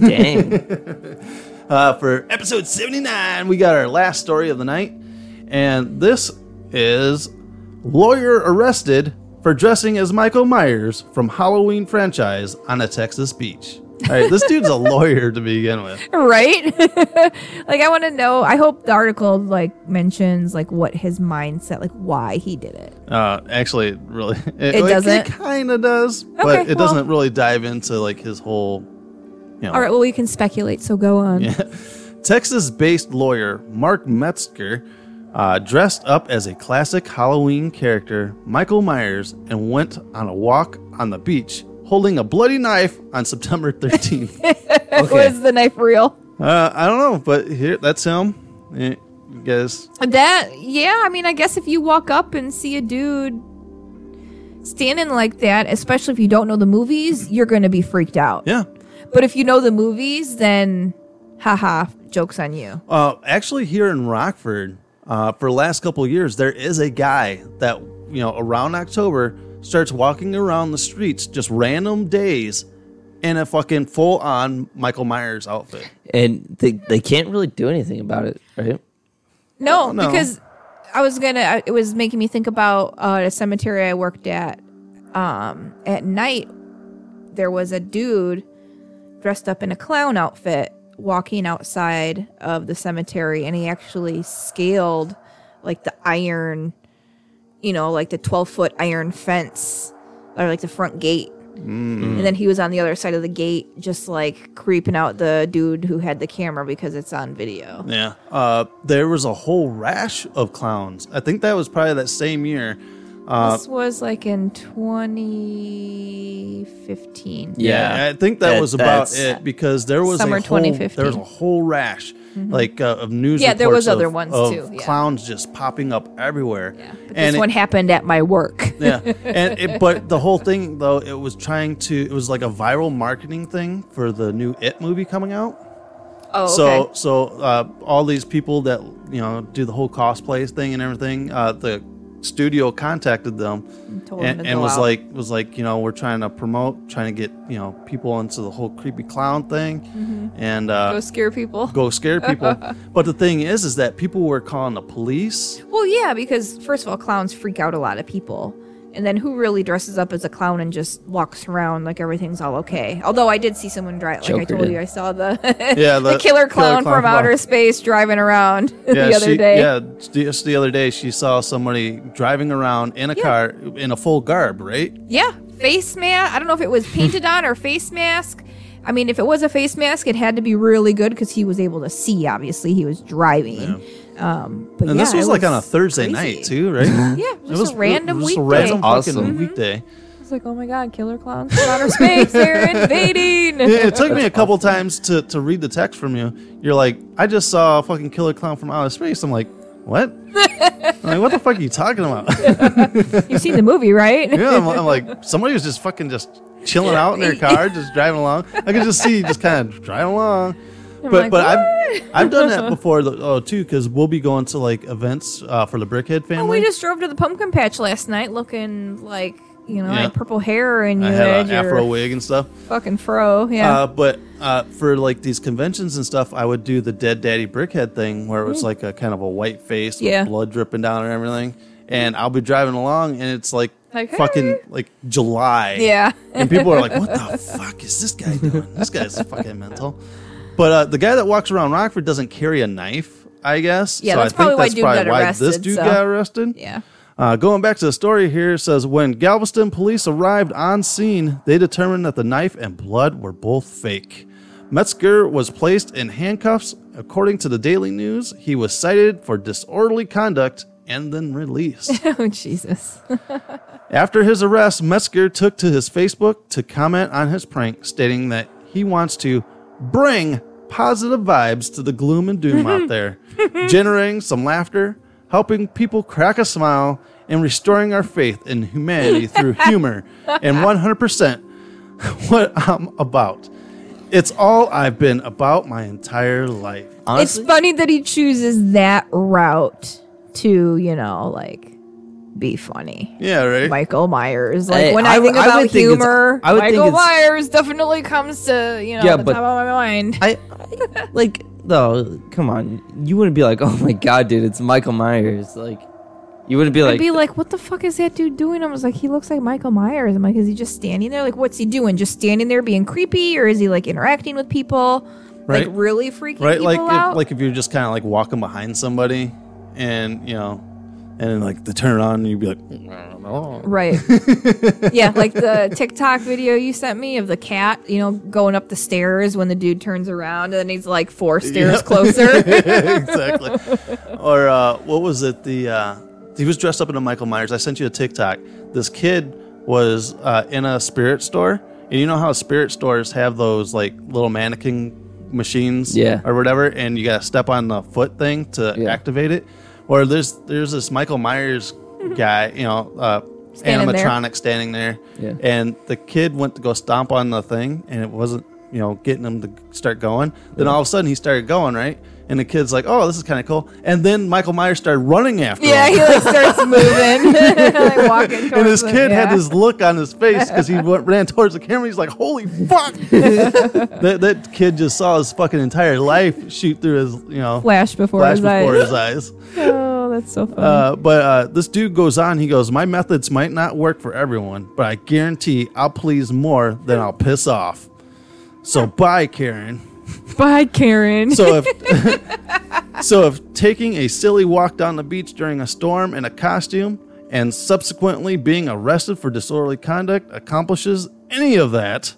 S4: Dang.
S3: uh, for episode 79, we got our last story of the night. And this is lawyer arrested for dressing as Michael Myers from Halloween franchise on a Texas beach. All right, this dude's a lawyer to begin with.
S1: Right? like I want to know. I hope the article like mentions like what his mindset, like why he did it.
S3: Uh, actually, really,
S1: It,
S3: like,
S1: doesn't.
S3: kind of does, but it doesn't really dive into like his whole. You know,
S1: All right. Well, we can speculate. So go on.
S3: Oh. Yeah. Texas based lawyer Mark Metzger uh, dressed up as a classic Halloween character, Michael Myers, and went on a walk on the beach holding a bloody knife on September 13th.
S1: Was the knife real?
S3: uh, I don't know, but here, that's him. Eh, You guys,
S1: That yeah, I mean, I guess if you walk up and see a dude standing like that, especially if you don't know the movies, you're going to be freaked out.
S3: Yeah.
S1: But if you know the movies, then haha, jokes on you.
S3: Uh, actually, here in Rockford, uh, for the last couple of years, there is a guy that you know around October starts walking around the streets just random days in a fucking full on Michael Myers outfit.
S4: and they they can't really do anything about it, right?
S1: No,
S3: Well, no.
S1: because I was gonna. I- It was making me think about uh, a cemetery I worked at. Um, at night, there was a dude dressed up in a clown outfit walking outside of the cemetery, and he actually scaled like the iron, you know, like the twelve foot iron fence or like the front gate. And then he was on the other side of the gate, just like creeping out the dude who had the camera because it's on video.
S3: Yeah. Uh, there was a whole rash of clowns. I think that was probably that same year. Uh,
S1: this was like in 2015.
S3: yeah, I think that,
S4: That-
S3: was about
S4: that's-
S3: it because there was
S1: Summer
S3: a whole,
S1: 2015.
S3: There was a whole rash, like uh, of news.
S1: Yeah, there
S3: reports
S1: was
S3: of-
S1: other ones
S3: of
S1: too, yeah.
S3: Clowns just popping up everywhere. Yeah,
S1: But this one happened at my work.
S3: yeah and it, but the whole thing though it was trying to it was like a viral marketing thing for the new it movie coming out
S1: Oh,
S3: so
S1: okay.
S3: so uh, all these people that you know do the whole cosplay thing and everything uh, the studio contacted them
S1: And told them
S3: and,
S1: to
S3: and
S1: go
S3: was
S1: out.
S3: like was like you know we're trying to promote trying to get you know people into the whole creepy clown thing
S1: Mhm.
S3: and uh,
S1: Go scare people.
S3: go scare people but the thing is is that people were calling the police
S1: Well, yeah, because first of all, clowns freak out a lot of people. And then who really dresses up as a clown and just walks around like everything's all okay? Although I did see someone drive, like I
S3: Joker
S1: told
S3: did.
S1: you, I saw the
S3: Yeah,
S1: the,
S3: the
S1: killer,
S3: killer clown
S1: clown from
S3: from
S1: outer
S3: outer-
S1: space driving around the other
S3: she,
S1: day.
S3: Yeah, just the other day she saw somebody driving around in a
S1: Yeah.
S3: car in a full garb, right?
S1: Yeah, face mask. I don't know if it was painted on or face mask. I mean, if it was a face mask, it had to be really good because he was able to see. Obviously, he was driving. Um, but
S3: and
S1: yeah,
S3: this was
S1: it
S3: like on a Thursday night too, right? yeah,
S1: it was just a random
S3: It was
S1: weekday. Mm-hmm.
S3: just a random fucking
S1: Awesome.
S3: weekday.
S1: I was like, oh my god, killer clowns from outer space! They're invading.
S3: Yeah, it took me a couple times to, to read the text from you. You're like, I just saw a fucking killer clown from outer space. I'm like, what? I'm like, what the fuck are you talking about?
S1: You've seen the movie, right?
S3: yeah, I'm, I'm like, somebody was just fucking just chilling out in their car, just driving along. I could just see you just kind of driving along.
S1: I'm
S3: but
S1: like,
S3: but I've I've done that before though, oh, too because we'll be going to like events uh, for the Brickhead family.
S1: Oh, we just drove to the pumpkin patch last night, looking like you know,
S3: Yeah.
S1: like purple hair, and you
S3: I
S1: had,
S3: had an
S1: your
S3: afro wig and stuff.
S1: fucking fro. Yeah,
S3: Uh, but uh, for like these conventions and stuff, I would do the Dead Daddy Brickhead thing where it was
S1: Mm.
S3: like a kind of a white face
S1: Yeah.
S3: with blood dripping down and everything. And I'll be driving along and it's like,
S1: Like,
S3: fucking like July.
S1: Yeah.
S3: And people are like, what the fuck is this guy doing? This guy's fucking mental. But uh, the guy that walks around Rockford doesn't carry a knife, I guess.
S1: yeah.
S3: So
S1: that's
S3: I think
S1: probably why
S3: that's
S1: dude
S3: probably
S1: got
S3: why
S1: arrested.
S3: this dude
S1: so.
S3: got arrested.
S1: Yeah.
S3: Uh, going back to the story here it says when Galveston police arrived on scene, they determined that the knife and blood were both fake. Metzger was placed in handcuffs. According to the Daily News, he was cited for disorderly conduct and then released.
S1: oh Jesus.
S3: After his arrest, Metzger took to his Facebook to comment on his prank, stating that he wants to bring positive vibes to the gloom and doom out there, generating some laughter, helping people crack a smile, and restoring our faith in humanity through humor and 100% what I'm about. It's all I've been about my entire life.
S1: It's funny that he chooses that route to, you know, like be funny.
S3: yeah, right.
S1: Michael Myers. Like
S4: Hey,
S1: when I,
S4: I would-
S1: think
S4: I
S1: about
S4: would think it's-
S1: humor,
S4: I would think
S1: Michael
S4: it's-
S1: Myers definitely comes to you know
S4: Yeah,
S1: the
S4: but-
S1: top of my mind.
S4: I like though. Come on, you wouldn't be like, oh my god, dude, it's Michael Myers. Like, you wouldn't be
S1: I'd
S4: like,
S1: be like, what the fuck is that dude doing? I was like, he looks like Michael Myers. I'm like, is he just standing there? Like, what's he doing? Just standing there being creepy, or is he like interacting with people?
S3: Right.
S1: Like really freaking
S3: right
S1: people
S3: like
S1: out?
S3: if, like if you're just kind of like walking behind somebody and you know and then like they turn it on and you'd be like
S1: Right. yeah, like the TikTok video you sent me of the cat, you know, going up the stairs when the dude turns around and then he's like four stairs
S3: Yeah.
S1: closer.
S3: exactly or uh, what was it the uh, he was dressed up in a michael myers i sent you a tiktok this kid was uh, in a spirit store and you know how spirit stores have those like little mannequin machines
S4: Yeah.
S3: or whatever and you gotta step on the foot thing to activate it or there's there's this michael myers guy you know uh,
S4: Standing there.
S3: animatronic standing there
S4: Yeah.
S3: and the kid went to go stomp on the thing and it wasn't you know getting him to start going then all of a sudden he started going right and the kid's like oh this is kind of cool and then michael myers started running after
S1: yeah,
S3: him
S1: he like starts moving. like walking
S3: and
S1: towards
S3: this
S1: him,
S3: kid had
S1: yeah.
S3: this look on his face because he went, ran towards the camera. He's like, "Holy fuck!" that, that kid just saw his fucking entire life shoot through his, you know,
S1: Flash before
S3: flash
S1: his
S3: before
S1: eyes.
S3: his eyes.
S1: Oh, that's so funny.
S3: Uh, but uh, this dude goes on. He goes, "My methods might not work for everyone, but I guarantee I'll please more than I'll piss off." So bye, Karen.
S1: Bye, Karen.
S3: So if so if taking a silly walk down the beach during a storm in a costume and subsequently being arrested for disorderly conduct accomplishes any of that,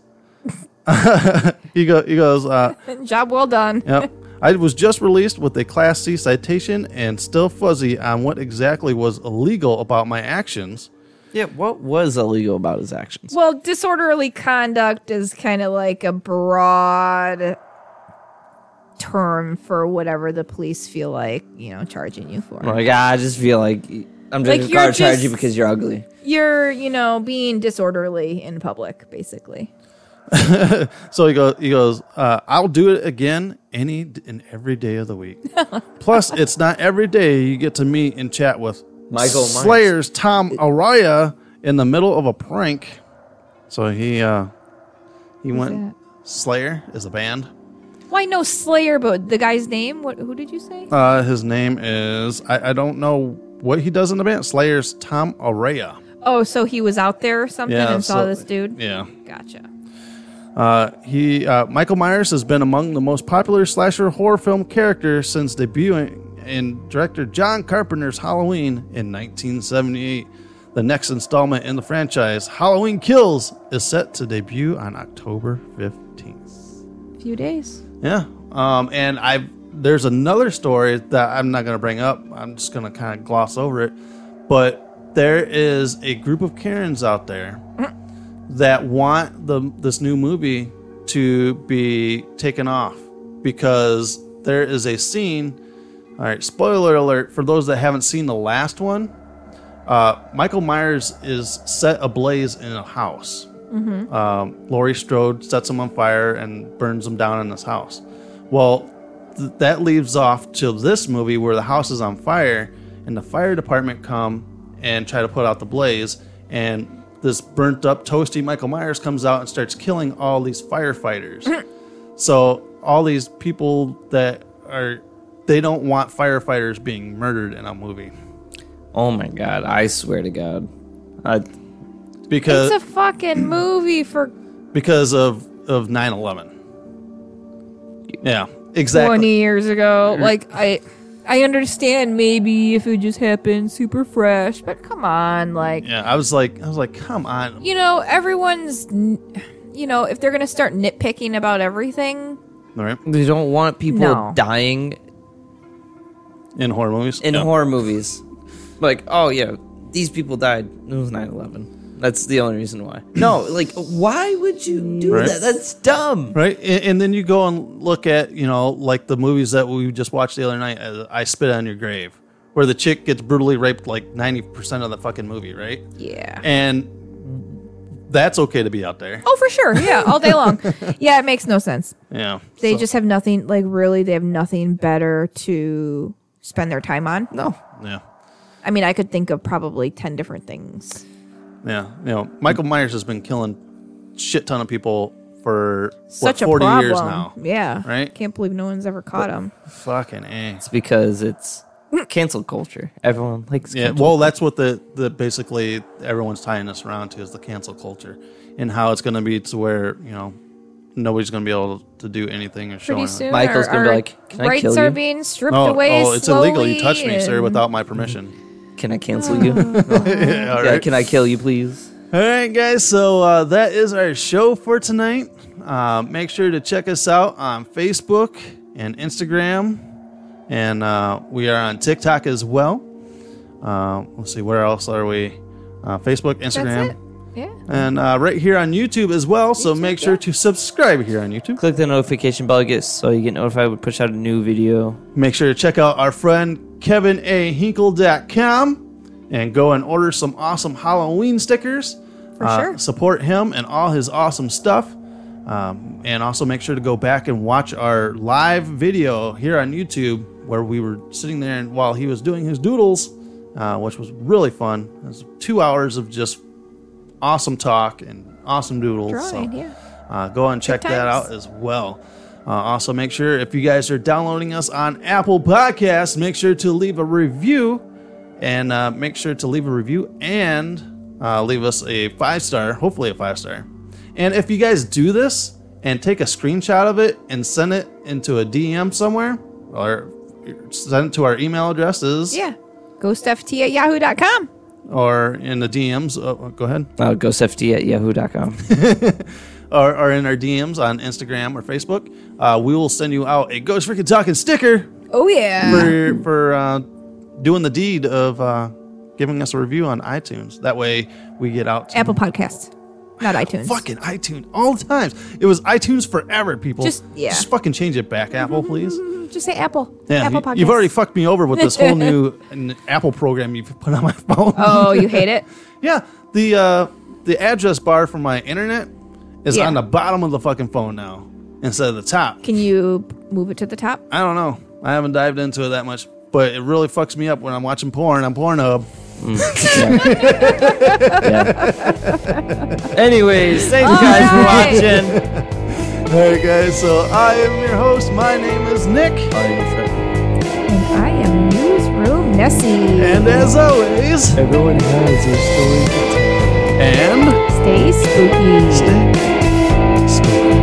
S3: he, go, he goes, uh,
S1: Job well done.
S3: Yep. I was just released with a Class C citation and still fuzzy on what exactly was illegal about my actions.
S4: yeah, what was illegal about his actions?
S1: Well, disorderly conduct is kind of like a broad term for whatever the police feel like, you know, charging you for.
S4: I'm like, "Ah, I just feel like I'm
S1: Like,
S4: just
S1: you're
S4: gonna charge
S1: just-
S4: you because you're ugly.
S1: You're, you know, being disorderly in public, basically.
S3: So he goes, he goes, uh, I'll do it again any d- and every day of the week. Plus, it's not every day you get to meet and chat with
S4: Michael Myers.
S3: Slayer's Tom Araya in the middle of a prank. So he uh, he
S1: Who's
S3: went. Slayer is a band.
S1: Why no Slayer, but the guy's name? What? Who did you say?
S3: Uh, his name is I, I don't know what he does in the band. Slayer's Tom Araya.
S1: Oh, so he was out there or something
S3: Yeah,
S1: and saw
S3: so-
S1: this dude.
S3: yeah.
S1: Gotcha.
S3: Uh, he uh, Michael Myers has been among the most popular slasher horror film character since debuting in director John Carpenter's Halloween in 1978. The next installment in the franchise, Halloween Kills, is set to debut on October 15th.
S1: Few days.
S3: Yeah, um, and I there's another story that I'm not gonna bring up. I'm just gonna kind of gloss over it, but there is a group of Karens out there that want the this new movie to be taken off because there is a scene All right, spoiler alert for those that haven't seen the last one. Uh, Michael Myers is set ablaze in a house.
S12: Mhm.
S3: Um, Laurie Strode sets him on fire and burns him down in his house. Well, th- that leaves off to this movie where the house is on fire and the fire department come and try to put out the blaze and this burnt up toasty Michael Myers comes out and starts killing all these firefighters. So all these people that are they don't want firefighters being murdered in a movie
S4: Oh my god! I swear to God, I
S3: because
S1: it's a fucking movie for
S3: because of of 9/11. Yeah, exactly. Mm-hmm.
S1: 20 years ago.
S3: You're-
S1: Like I I understand maybe if it just happened super fresh, but come on, like
S3: Yeah, I was like I was like come on.
S1: you know, everyone's n- you know, if they're going to start nitpicking about everything,
S4: They don't want people
S1: No.
S4: dying
S3: in horror movies.
S4: In horror movies, like oh yeah, these people died. It was 9-11. That's the only reason why. No, like why would you do
S3: Right.
S4: that? That's dumb.
S3: Right, and, and then you go and look at you know like the movies that we just watched the other night. uh, I spit on your grave, where the chick gets brutally raped like ninety percent of the fucking movie, right?
S1: Yeah.
S3: and that's okay to be out there.
S1: Oh, for sure. Yeah, all day long. yeah, it makes no sense.
S3: Yeah,
S1: They
S3: so-
S1: just have nothing like really they have nothing better to spend their time on.
S4: No.
S3: yeah.
S1: I mean, I could think of probably 10 different things.
S3: Yeah, you know, Michael Myers has been killing shit ton of people for
S1: Such
S3: what, forty
S1: a problem.
S3: years now.
S1: Yeah.
S3: right?
S1: Can't believe no one's ever caught him.
S3: Fucking a. It's
S4: because it's
S1: Hmm.
S4: cancel culture. Everyone likes
S3: Yeah,
S4: cancel
S3: well, that's what the the basically everyone's tying us around to is the cancel culture and how it's going to be to where you know nobody's going to be able to do anything or show
S1: Pretty
S3: anything.
S1: soon Michael's our- gonna be our like, "Can I rights kill are you?" being stripped
S3: oh,
S1: away
S3: Oh, it's illegal. You touched me,
S1: slowly
S3: sir,
S1: and-
S3: without my permission.
S4: Can I cancel you?
S3: Yeah, all
S4: Yeah,
S3: right.
S4: can I kill you, please?
S3: All right, guys. So uh, that is our show for tonight. Uh, make sure to check us out on Facebook and Instagram, and uh, we are on TikTok as well. Uh, let's see, where else are we? Uh, Facebook, Instagram,
S1: Yeah.
S3: and uh, right here on YouTube as well. So make sure to subscribe here on YouTube.
S4: Click the notification bell, get so you get notified when we push out a new video.
S3: Make sure to check out our friend Kevin A. Hinkle.com and go and order some awesome Halloween stickers. Uh,
S1: For sure.
S3: Support him and all his awesome stuff. Um, and also make sure to go back and watch our live video here on YouTube where we were sitting there and while he was doing his doodles, uh, which was really fun. It was two hours of just awesome talk and awesome doodles.
S1: Drawing,
S3: so,
S1: yeah.
S3: uh, go and check that
S1: times.
S3: out as well. Uh, also, make sure if you guys are downloading us on Apple Podcasts, make sure to leave a review and uh, make sure to leave a review and uh, leave us a five star, hopefully a five star. And if you guys do this and take a screenshot of it and send it into a DM somewhere or send it to our email addresses
S1: Yeah. GhostFT at yahoo.com.
S3: or in the DMs, oh, go ahead.
S4: Uh, ghostft at yahoo.com.
S3: or, or in our DMs on Instagram or Facebook, uh, we will send you out a Ghost Freaking Talking sticker
S1: Oh, yeah.
S3: for, for uh, doing the deed of uh, giving us a review on iTunes. That way we get out to
S1: Apple Podcasts, not iTunes.
S3: fucking iTunes all the times. It was iTunes forever, people.
S1: Just- yeah.
S3: Just fucking change it back, Apple, please.
S1: Just say Apple.
S3: Yeah,
S1: Apple
S3: you, have
S1: Podcasts.
S3: already fucked me over with this whole new n- Apple program you've put on my phone.
S1: Oh, you hate it?
S3: yeah, the uh, the address bar for my internet is
S1: Yeah.
S3: on the bottom of the fucking phone now instead of the top.
S1: Can you move it to the top?
S3: I don't know. I haven't dived into it that much, but it really fucks me up when I'm watching porn on Pornhub.
S4: Mm. Anyways, thanks
S3: All
S4: guys
S3: right.
S4: for watching.
S3: All right, guys. So I am your host. My name is Nick.
S1: I am Newsroom Nessie.
S3: And as always,
S6: everyone has a story to tell.
S3: And
S1: stay spooky.
S6: Stay spooky.